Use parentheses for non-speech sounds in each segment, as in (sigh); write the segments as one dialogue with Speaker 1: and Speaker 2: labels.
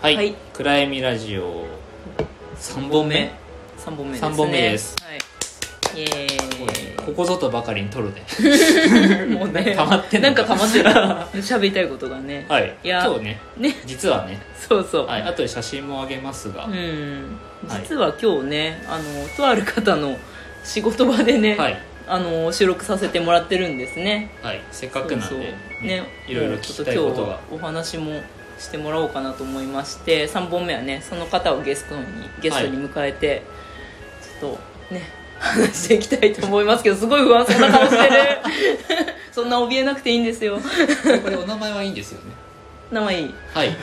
Speaker 1: はい、
Speaker 2: はい
Speaker 1: 暗闇ラジオ3本目
Speaker 2: 三本目です、ね、
Speaker 1: 三本目です
Speaker 2: はいイエ
Speaker 1: ここぞとばかりに撮るね
Speaker 2: ーイもうね
Speaker 1: 溜まってん
Speaker 2: な
Speaker 1: の
Speaker 2: ん
Speaker 1: か
Speaker 2: か溜まってる喋りたいことがね、
Speaker 1: はい
Speaker 2: いや
Speaker 1: 今日ね
Speaker 2: ね
Speaker 1: 実はね、
Speaker 2: そうそう、
Speaker 1: はい、後で写真もあげますが、
Speaker 2: うん
Speaker 1: はい
Speaker 2: 実は今日ねあのとある方の仕事場でね、
Speaker 1: はい、
Speaker 2: あの収録させてもらってるんですね
Speaker 1: はい、せっかくなんで
Speaker 2: そうそうね
Speaker 1: いろいろ聞きたいことが
Speaker 2: ちょっと今日お話もしてもらおうかなと思いまして3本目はねその方をゲストにゲストに迎えて、ちょっとね話していきたいと思いますけどすごい不安そうな顔してる (laughs) そんな怯えなくていいんですよ
Speaker 1: これお名前はいいんですよね
Speaker 2: 名前いい
Speaker 1: はい (laughs)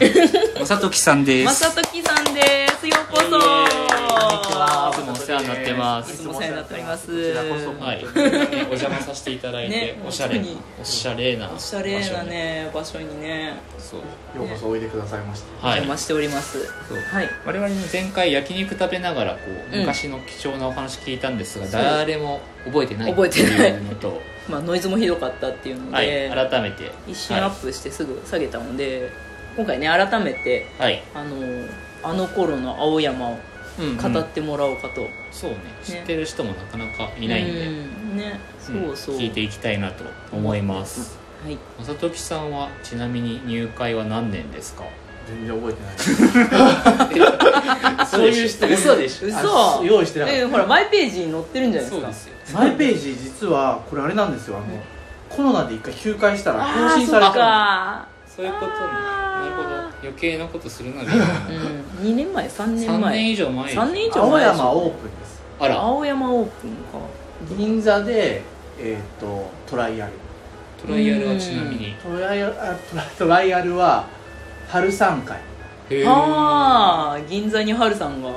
Speaker 1: まさときさんで
Speaker 2: ますさときさんですようこ
Speaker 1: イエ
Speaker 2: そ
Speaker 1: ーイこんにちはいつもお世話になってます
Speaker 2: いつもお世話になっております
Speaker 3: こちらこそ本
Speaker 1: (laughs)
Speaker 3: 当に
Speaker 1: はい、ねお邪魔させていただいて、
Speaker 2: ね
Speaker 1: おしゃれな
Speaker 2: 本
Speaker 1: おしゃれな
Speaker 2: おしゃれな
Speaker 1: 場所に
Speaker 2: ね場所にね
Speaker 1: そう
Speaker 3: ようこそおいでくださいまし
Speaker 2: お
Speaker 1: はい
Speaker 2: 邪魔しております
Speaker 1: そう
Speaker 2: はい
Speaker 1: 我々も前回焼肉食べながらこう
Speaker 2: うん
Speaker 1: 昔の貴重なお話聞いたんですが、
Speaker 2: そう
Speaker 1: 誰も覚えてない
Speaker 2: 覚えてない
Speaker 1: っていうの (laughs) と、
Speaker 2: まあノイズもひどかったっていうので、
Speaker 1: はい、改めて
Speaker 2: 一瞬アップしてすぐ下げたので、今回ね改めて
Speaker 1: はい、はい
Speaker 2: あのあの頃の青山を
Speaker 1: うんうん
Speaker 2: 語ってもらおうかと、
Speaker 1: そうね知ってる人もなかなかいないんで、
Speaker 2: うんね
Speaker 1: うん
Speaker 2: そうそう、
Speaker 1: 聞いていきたいなと思います
Speaker 2: はい
Speaker 1: 正時さんはちなみに入会は何年ですか
Speaker 3: た全然覚えてない
Speaker 1: あ
Speaker 3: (laughs) そういう質問
Speaker 1: 嘘でしょ
Speaker 3: あ
Speaker 2: 嘘
Speaker 3: 用意してなかっ
Speaker 2: でほらマイページに載ってるんじゃないで
Speaker 1: そ
Speaker 2: す
Speaker 1: う
Speaker 2: か
Speaker 1: ですよ
Speaker 3: たマイページ実はこれあれなんですよあの、
Speaker 2: うん
Speaker 3: コロナで一回休会したら
Speaker 2: あ
Speaker 3: 更
Speaker 2: あ
Speaker 3: 新
Speaker 2: そ
Speaker 3: さ
Speaker 2: っ
Speaker 3: れた
Speaker 2: か
Speaker 1: そういうことね
Speaker 2: あ
Speaker 1: なる
Speaker 2: ー
Speaker 1: ほど余計なことするなみたいな
Speaker 2: うん2年前3年
Speaker 1: 3年
Speaker 2: 前
Speaker 1: 以上前
Speaker 2: 三年以上
Speaker 3: 青山オープンです
Speaker 1: あら
Speaker 2: 青山オープンか
Speaker 3: 銀座でえっ、とトライアル
Speaker 1: トライアルはちなみにへ
Speaker 3: トライアルあトラ (laughs) トライアルは春さん会
Speaker 1: ー
Speaker 2: ああ銀座に春さんが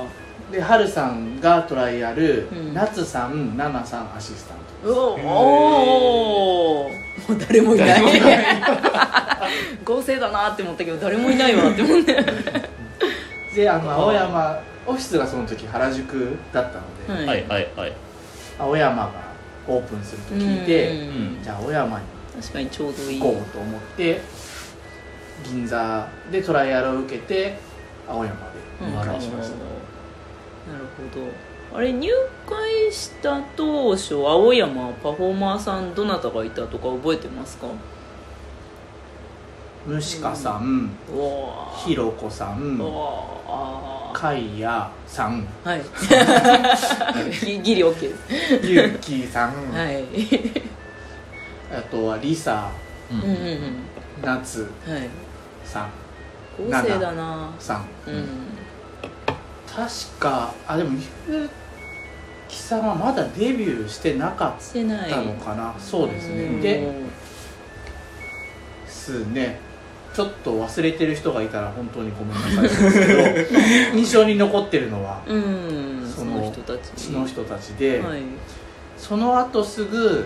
Speaker 3: で春さんがトライアル、
Speaker 2: うん
Speaker 3: 夏さん奈々さんアシスタン
Speaker 2: うお
Speaker 1: へー
Speaker 2: おーもう誰もいない
Speaker 1: 誰もいな
Speaker 2: (laughs) 合成だなって思ったけど誰もいないわって思 (laughs) って、
Speaker 3: トであの青山オフィスがその時原宿だったので、
Speaker 2: は
Speaker 1: はいはいはい
Speaker 3: 青山がオープンすると聞いて、
Speaker 2: うん
Speaker 1: うん
Speaker 3: じゃあ青山に
Speaker 2: 確かにちょうどいい
Speaker 3: 行こうと思って銀座でトライアルを受けて青山で
Speaker 2: うん
Speaker 3: 入会しまし
Speaker 2: な
Speaker 3: た、
Speaker 2: るほどあれ入会した当初青山パフォーマーさんどなたがいたとか覚えてますか
Speaker 3: ムシカさん
Speaker 2: うわー
Speaker 3: ひろこさ
Speaker 2: うんわー
Speaker 3: かいやさ
Speaker 2: (laughs)
Speaker 3: ん
Speaker 2: はい (laughs) ギギリ OK です
Speaker 3: ゆうきさん、
Speaker 2: はい (laughs)
Speaker 3: あとはりさ
Speaker 1: うん
Speaker 2: うんうんうん
Speaker 3: なつ
Speaker 2: はい
Speaker 3: さん
Speaker 2: 合成だな
Speaker 3: さん
Speaker 2: うん
Speaker 3: 確かあでもゆうきさんはまだデビューしてなかっ
Speaker 2: してない
Speaker 3: たのかな、そうです
Speaker 2: う
Speaker 3: ね
Speaker 2: ん
Speaker 3: でですねちょっと忘れてる人がいたら本当にごめんなさいです
Speaker 2: (laughs)
Speaker 3: けど印象に残ってるのは
Speaker 2: うんそ
Speaker 3: そ
Speaker 2: の
Speaker 3: の
Speaker 2: 人たち
Speaker 3: その人たちで、
Speaker 2: はい
Speaker 3: その後すぐ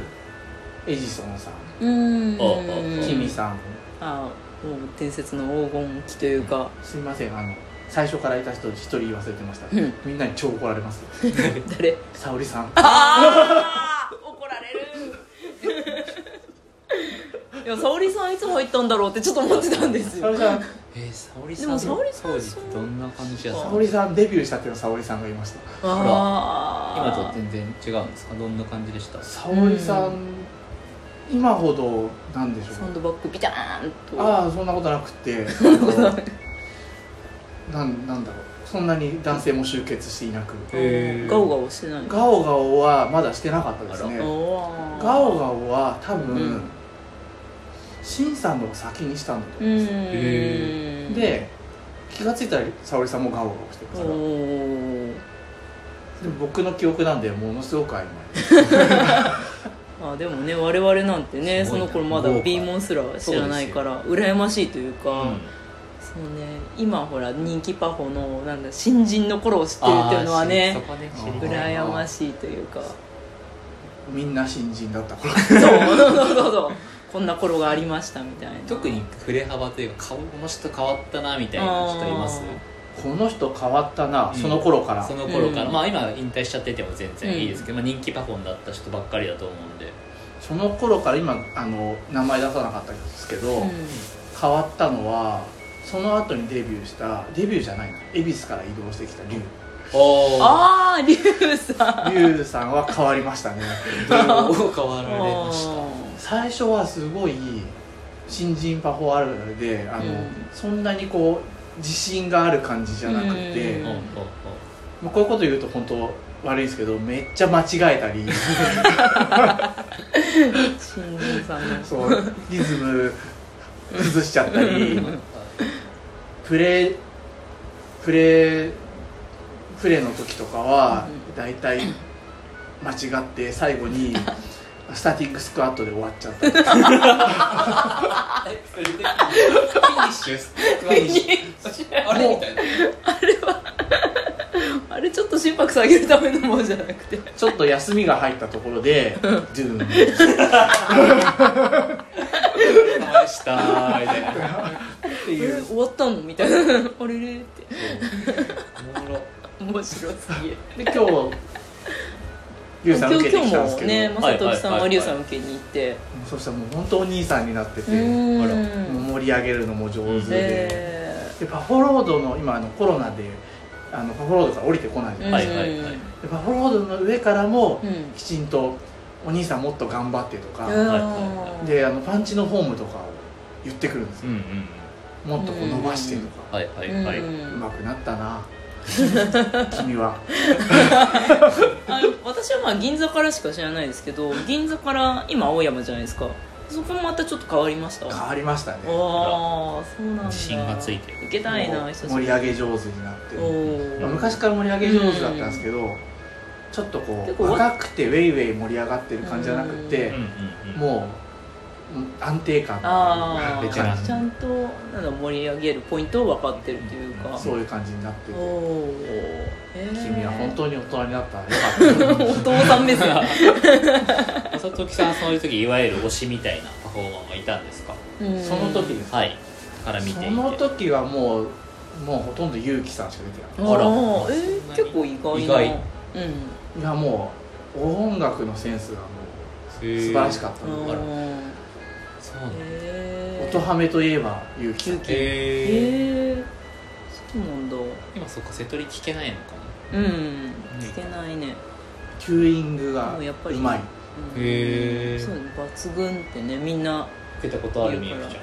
Speaker 3: エジソンさん、
Speaker 2: うん
Speaker 1: あああ
Speaker 3: キミさん
Speaker 2: あもう伝説の黄金期というか
Speaker 3: すいませんあの最初からいた人一人言わせてました、
Speaker 2: うん
Speaker 3: みんなに超怒られます
Speaker 2: 誰
Speaker 3: 沙織さん
Speaker 2: ああ (laughs) 怒られるいや沙織さんいつ入ったんだろうってちょっと思ってたんです
Speaker 3: 沙
Speaker 2: よ
Speaker 3: 織さん
Speaker 1: えー、沙織
Speaker 2: でも沙織さん
Speaker 1: 当時ってどんな感じやった
Speaker 3: 沙
Speaker 1: の
Speaker 3: 織さんデビューしたっていうのは沙織さんがいました
Speaker 1: 今と
Speaker 2: ああ
Speaker 1: 全然違うんですかどんな感じでした
Speaker 3: 沙織さん、今ほどなんでしょ
Speaker 2: サン
Speaker 3: う
Speaker 2: ドバッグビターンと
Speaker 3: ああそんなことなくてあのなんなんだろうそんなに男性も集結していなく
Speaker 1: へー
Speaker 2: ガオガオしてない
Speaker 3: ガオガオはまだしてなかったですねガ
Speaker 2: ガ
Speaker 3: オガオは多分、
Speaker 2: うん
Speaker 3: シンさんのを先にしたんだと
Speaker 2: う
Speaker 3: 思うんですよ、
Speaker 1: へ
Speaker 2: ん
Speaker 3: で気がついたら沙織さんもガオガオしてる
Speaker 2: お
Speaker 3: からでも
Speaker 2: ー
Speaker 3: 僕の記憶なんでものすごく曖昧
Speaker 2: あでもね我々なんてね
Speaker 1: す
Speaker 2: そ
Speaker 1: ごいな
Speaker 2: の頃まだ
Speaker 1: 豪華
Speaker 2: B モンすら知らないから羨ましいというか、そうね今ほら人気パフォのなんだ新人の頃を知ってるっていうのは
Speaker 1: あ
Speaker 2: ね
Speaker 1: ーそこね
Speaker 3: 知りたいな
Speaker 2: 羨ましいという
Speaker 1: (laughs)
Speaker 2: か
Speaker 3: みんな新人だった頃 (laughs)
Speaker 2: そうそうそうそうそうこんな頃がありましたみたいな
Speaker 1: 特に振れ幅というか顔この人変わったなみたいな人います
Speaker 2: あ
Speaker 3: この人変わったな、
Speaker 1: うん
Speaker 3: その頃から
Speaker 1: その頃から、
Speaker 2: うん
Speaker 1: まあ今引退しちゃってても全然いいですけど、まあ、人気パフォンだった人ばっかりだと思うんで
Speaker 3: その頃から今あの名前出さなかったですけど、
Speaker 2: うん
Speaker 3: 変わったのはその後にデビューしたデビューじゃないな恵比寿から移動してきた
Speaker 2: (laughs)
Speaker 3: 龍
Speaker 1: あ
Speaker 2: ああリュウさん
Speaker 3: 龍さんは変わりましたね
Speaker 1: あどう変わられまし
Speaker 2: う
Speaker 3: 最初はすごい新人パフォーあるあるであの、
Speaker 2: うん
Speaker 3: そんなにこう自信がある感じじゃな
Speaker 2: うん
Speaker 3: くて、
Speaker 1: たうんうんうん
Speaker 3: まあこういうこと言うと本当悪いんですけどめっちゃ間違えた
Speaker 2: (laughs)
Speaker 3: り
Speaker 2: ん新人さんの
Speaker 3: そうリズム崩しちゃったり
Speaker 2: うん
Speaker 3: プレープレープレーの時とかは
Speaker 2: う
Speaker 3: 大体間違って最後にスターティングスクワットで終わっちゃった
Speaker 2: (laughs)
Speaker 3: り
Speaker 1: それでフィニッシュフィニッシュあれみたいな
Speaker 2: あれちょっと心拍下げるためのものじゃなくて
Speaker 3: ちょっと休みが入ったところでドゥーン
Speaker 1: 返したみたいな
Speaker 3: っ
Speaker 2: え
Speaker 3: ていう
Speaker 2: 終わったのみたいなあれれって
Speaker 1: おもろ
Speaker 2: 面白すぎる
Speaker 3: で今日リュウさん受けて
Speaker 2: 今
Speaker 3: き
Speaker 2: 日
Speaker 3: たんで
Speaker 2: も
Speaker 3: すけど、
Speaker 2: ね
Speaker 1: はい
Speaker 2: 正時さん
Speaker 1: は
Speaker 2: はいリュウさん受けに行って
Speaker 3: そしたらもう本当お兄さんになってて、
Speaker 2: うん
Speaker 1: あら
Speaker 3: もう盛り上げるのも上手で,、
Speaker 2: へ
Speaker 3: でパフォロードの今あのコロナであのパフォロードから降りてこないじゃ
Speaker 2: ー
Speaker 3: ない
Speaker 1: はいはいはい
Speaker 3: でパフォロードの上からも
Speaker 2: うんうん
Speaker 3: きちんと「お兄さんもっと頑張って」とか、
Speaker 2: うん
Speaker 1: はいはいは
Speaker 3: であのパンチのフォームとかを言ってくるんです
Speaker 1: う
Speaker 3: よ
Speaker 1: ん、うん
Speaker 3: もっとこう伸ばしてとか、
Speaker 1: はいはいはいう
Speaker 3: うんまくなったな (laughs) 君は
Speaker 2: あ私はまあ銀座からしか知らないですけど銀座から今青山じゃないですかそこもまたちょっと変わりました
Speaker 3: 変
Speaker 2: あ
Speaker 3: わりましたね
Speaker 2: あそうなんだ
Speaker 1: 自信がついてる
Speaker 2: 受けたいな久しぶ
Speaker 3: 盛
Speaker 2: り
Speaker 3: り上げ上手になって
Speaker 2: おー
Speaker 3: まあ昔から盛り上げ上手だったんですけど、ちょっとこ
Speaker 2: 結
Speaker 3: う
Speaker 2: 構
Speaker 3: 若くてウェイウェイ盛り上がってる感じじゃなく
Speaker 1: う
Speaker 3: て
Speaker 1: ん、うんうん
Speaker 3: もううん安定感
Speaker 2: あ
Speaker 3: ベテラン
Speaker 2: あちゃんとなんだ盛り上げるポイントを分かってるというか
Speaker 3: そういう感じになって
Speaker 2: お
Speaker 3: て
Speaker 2: お
Speaker 3: 君は本当に大人になった
Speaker 2: 当
Speaker 3: ね
Speaker 2: (laughs) お父さん目線
Speaker 1: 佐々木さんはそういう時いわゆる推しみたいなパフォーマーがいたんですか
Speaker 3: その時です
Speaker 1: はいから見ていて
Speaker 3: その時はもうもうほとんど結城さんしか出て
Speaker 2: あ
Speaker 1: あ
Speaker 2: ら
Speaker 1: ら
Speaker 2: えー
Speaker 1: そんなに
Speaker 2: 結構意外な
Speaker 1: 意外
Speaker 2: うん
Speaker 3: ないいやもう音楽のセンスがもう素晴らしか
Speaker 1: っ
Speaker 3: った
Speaker 2: あ
Speaker 3: ので、
Speaker 2: ー
Speaker 1: たそうなんだ
Speaker 2: へー
Speaker 3: 音ハメといえば結城さ
Speaker 1: へ
Speaker 3: ん
Speaker 1: え
Speaker 2: へえそうなんだ
Speaker 1: 今そっか瀬戸り聞けないのかな
Speaker 2: うん聞けないね
Speaker 3: キューイングが
Speaker 2: もうやっぱ
Speaker 3: う
Speaker 2: り
Speaker 3: まい
Speaker 2: うん
Speaker 1: へー
Speaker 2: そうね抜群ってねみんな
Speaker 1: 受けたことあるみゆきちゃん受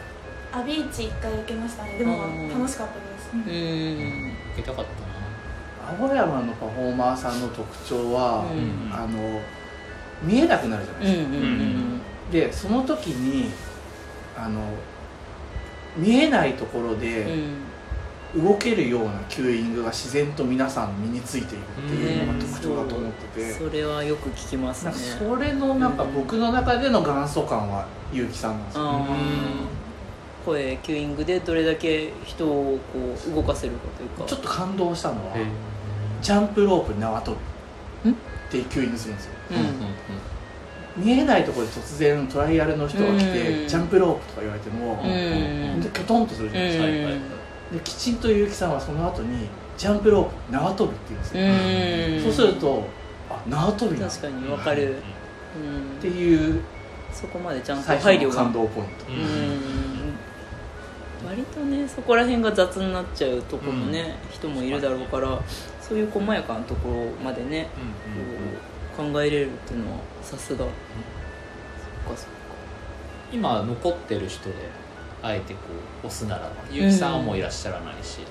Speaker 4: アビーチ一回受けましたねでも楽しかったです、
Speaker 2: うんうん
Speaker 1: けたかった
Speaker 3: 青山のパフォーマーさんの特徴は、
Speaker 1: な
Speaker 2: うん
Speaker 3: あの見えなくなるじゃない
Speaker 2: うん
Speaker 3: ですか、
Speaker 2: うん
Speaker 3: でその時にあの見えないところ
Speaker 2: うんう
Speaker 3: で
Speaker 2: ん
Speaker 3: 動けるようなキューイングが自然と皆さん身についているっていうのが特徴だと思ってて、
Speaker 2: それはよく聞きます
Speaker 3: な
Speaker 2: ね
Speaker 3: んかそれのなんか僕の中での元祖感は結城さんなんですよ、
Speaker 2: あー
Speaker 1: うん
Speaker 2: 声キューイングでどれだけ人をこう動かせるかというか
Speaker 3: ちょっと感動したのは、
Speaker 1: へえ
Speaker 3: ジャンプロープ縄跳び
Speaker 2: ん
Speaker 3: ってキューイングするんですよ
Speaker 2: う
Speaker 1: うんうんうん
Speaker 2: ん
Speaker 3: 見えないところで突然トライアルの人が来て、
Speaker 2: うん
Speaker 3: ジャンプロープとか言われても、
Speaker 2: うん
Speaker 3: でキョトンとするじゃないですか、
Speaker 1: はいはい
Speaker 3: できちんと結城さんはその後にジャンプロープ縄跳びって言うんですよ、
Speaker 2: うん
Speaker 3: そうするとあ縄跳びなんだ
Speaker 2: 確かにわかるうん
Speaker 3: っていう
Speaker 2: そこまでちゃんと
Speaker 3: 最
Speaker 2: 配
Speaker 3: 初
Speaker 2: 慮
Speaker 3: の
Speaker 2: が
Speaker 3: 感動ポイン
Speaker 1: う
Speaker 2: うんん割とねそこら辺が雑になっちゃうところもね、人もいるだろうからそういう細やかなところまでね、
Speaker 1: う
Speaker 2: こ
Speaker 1: んうんうん
Speaker 2: う考えれるっていうのはさすが、そっかそっ
Speaker 1: 今残ってる人であえてこう押すならばゆうきさんはもういらっしゃらないし、
Speaker 3: ト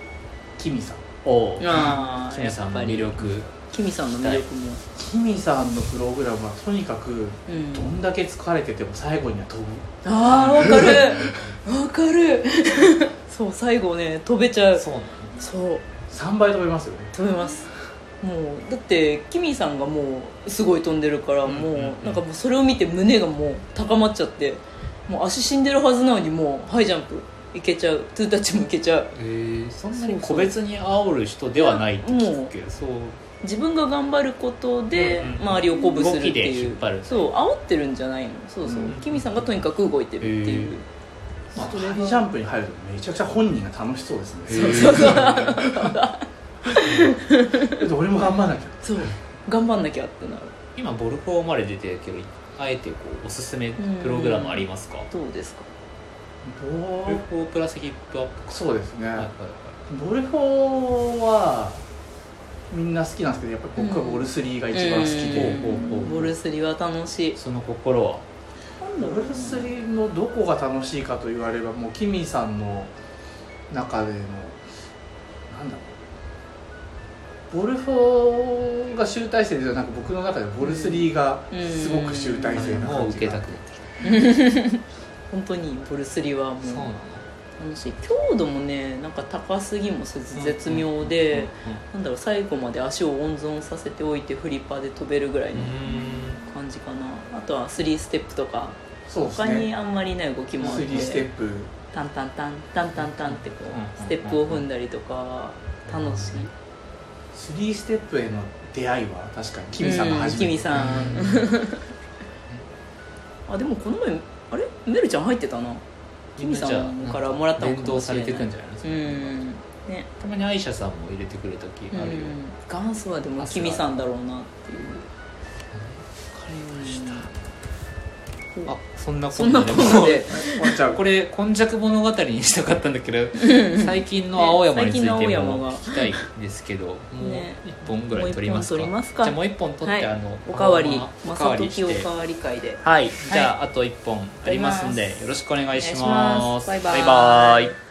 Speaker 3: キミさん
Speaker 1: おお
Speaker 2: あー
Speaker 1: キミさんの魅力
Speaker 2: キミさんの魅力も、
Speaker 3: キミさんのプログラムはとにかく
Speaker 2: うん
Speaker 3: どんだけ疲れてても最後には飛ぶ
Speaker 2: ああわかるわかる (laughs) そう最後ね飛べちゃう
Speaker 1: そうなの
Speaker 2: そう
Speaker 3: 3倍飛べますよね
Speaker 2: 飛べますもうだってキミさんがもうすごい飛んでるから、
Speaker 1: うん
Speaker 2: もう
Speaker 1: うん
Speaker 2: なんかもうそれを見て胸がもう高まっちゃってもう足死んでるはずなのにもうハイジャンプいけちゃうトゥータッチもいけちゃう
Speaker 1: えー、そんなに個別に煽る人ではないって聞くけどそう
Speaker 2: 自分が頑張ることで
Speaker 1: うんうん
Speaker 2: 周りを鼓舞するって
Speaker 1: 動きで
Speaker 2: い
Speaker 1: 引
Speaker 2: う
Speaker 1: っ張る
Speaker 2: そう煽ってるんじゃないのそうそう、
Speaker 1: うん
Speaker 2: キミさんがとにかく動いてるっていう、
Speaker 3: まあ
Speaker 2: それが
Speaker 3: ハイジャンプに入るとめちゃくちゃ本人が楽しそうですね
Speaker 1: そうそうそう
Speaker 3: だって俺も頑張んなきゃ
Speaker 2: そう頑張んなきゃってなる
Speaker 1: (laughs) 今ボルフォーまで出てるけどあえてこうおすすめプログラムありますか、
Speaker 2: どうですか
Speaker 3: ど
Speaker 1: ル
Speaker 3: う
Speaker 1: ーフォープラスヒップアップ
Speaker 3: そうですね、
Speaker 1: はいはい
Speaker 3: ドルフォーはみんな好きなんですけどやっぱり僕はボルスリーが一番好きで、
Speaker 2: うん
Speaker 1: ほうほうほう
Speaker 2: ボルスリは楽しい
Speaker 1: その心は
Speaker 3: ボルスリーのどこが楽しいかと言われればもうキミさんの中でのなんだろうボルフォーが集大成ではなく僕の中でボルスリーがすごく集大成な
Speaker 1: もう
Speaker 3: 感
Speaker 1: 受
Speaker 3: じ
Speaker 1: け
Speaker 3: が、
Speaker 1: たくなってき
Speaker 2: 本当にボルスリはもう
Speaker 1: たそうなの
Speaker 2: 楽しい強度もねなんか高すぎもせず絶妙で、なんだろう最後まで足を温存させておいてフリッパーで飛べるぐらい
Speaker 1: うん
Speaker 2: の感じかな、あとは3ステップとか
Speaker 3: そうです
Speaker 2: 他に
Speaker 3: ね
Speaker 2: あんまりない動きもあっ
Speaker 3: ス
Speaker 2: て
Speaker 3: リーステップ
Speaker 2: タンタンタンタンタンタンってこ
Speaker 1: うんうんうん
Speaker 2: うステップを踏んだりとか楽しい
Speaker 3: スリーステップへの出会いは確かにキミさんが初
Speaker 2: う
Speaker 3: め
Speaker 2: キミ
Speaker 3: て、
Speaker 2: さ
Speaker 1: う
Speaker 2: ん
Speaker 1: ん
Speaker 2: あでもこの前あれメルちゃん入ってたなキミさんからもらったの
Speaker 1: 連
Speaker 2: か
Speaker 1: 動
Speaker 2: もし
Speaker 1: さ
Speaker 2: れ
Speaker 1: れ
Speaker 2: ない
Speaker 1: てくんじゃないです
Speaker 2: う
Speaker 1: か
Speaker 2: んね
Speaker 1: たまにアイシャさんも入れてくれた気
Speaker 2: う
Speaker 1: あるよ
Speaker 2: ん元祖はでもキミさんだろうなっていう彼
Speaker 1: あそんなこ
Speaker 2: そ
Speaker 1: と
Speaker 2: んなこ
Speaker 1: も
Speaker 2: とで
Speaker 3: ワンちゃん
Speaker 1: これ「今昔物語」にした
Speaker 2: (laughs)
Speaker 1: かったんだけど最近の青山についても聞きたいんですけどもう
Speaker 2: ね
Speaker 1: 一本ぐらい取ります
Speaker 2: もう一本取りますか
Speaker 1: じゃあもう一本取って、
Speaker 2: は
Speaker 1: あの
Speaker 2: おかわり
Speaker 1: まま
Speaker 2: ま
Speaker 1: おかわ
Speaker 2: さと
Speaker 1: り
Speaker 2: き
Speaker 1: し
Speaker 2: お
Speaker 1: て
Speaker 2: かわり会で
Speaker 1: はいじゃあ、あと一本ありますん
Speaker 2: あり
Speaker 1: で
Speaker 2: ます
Speaker 1: よろしくお願いし
Speaker 2: お願いし
Speaker 1: ま
Speaker 2: ますすバイバイ
Speaker 1: バイバイ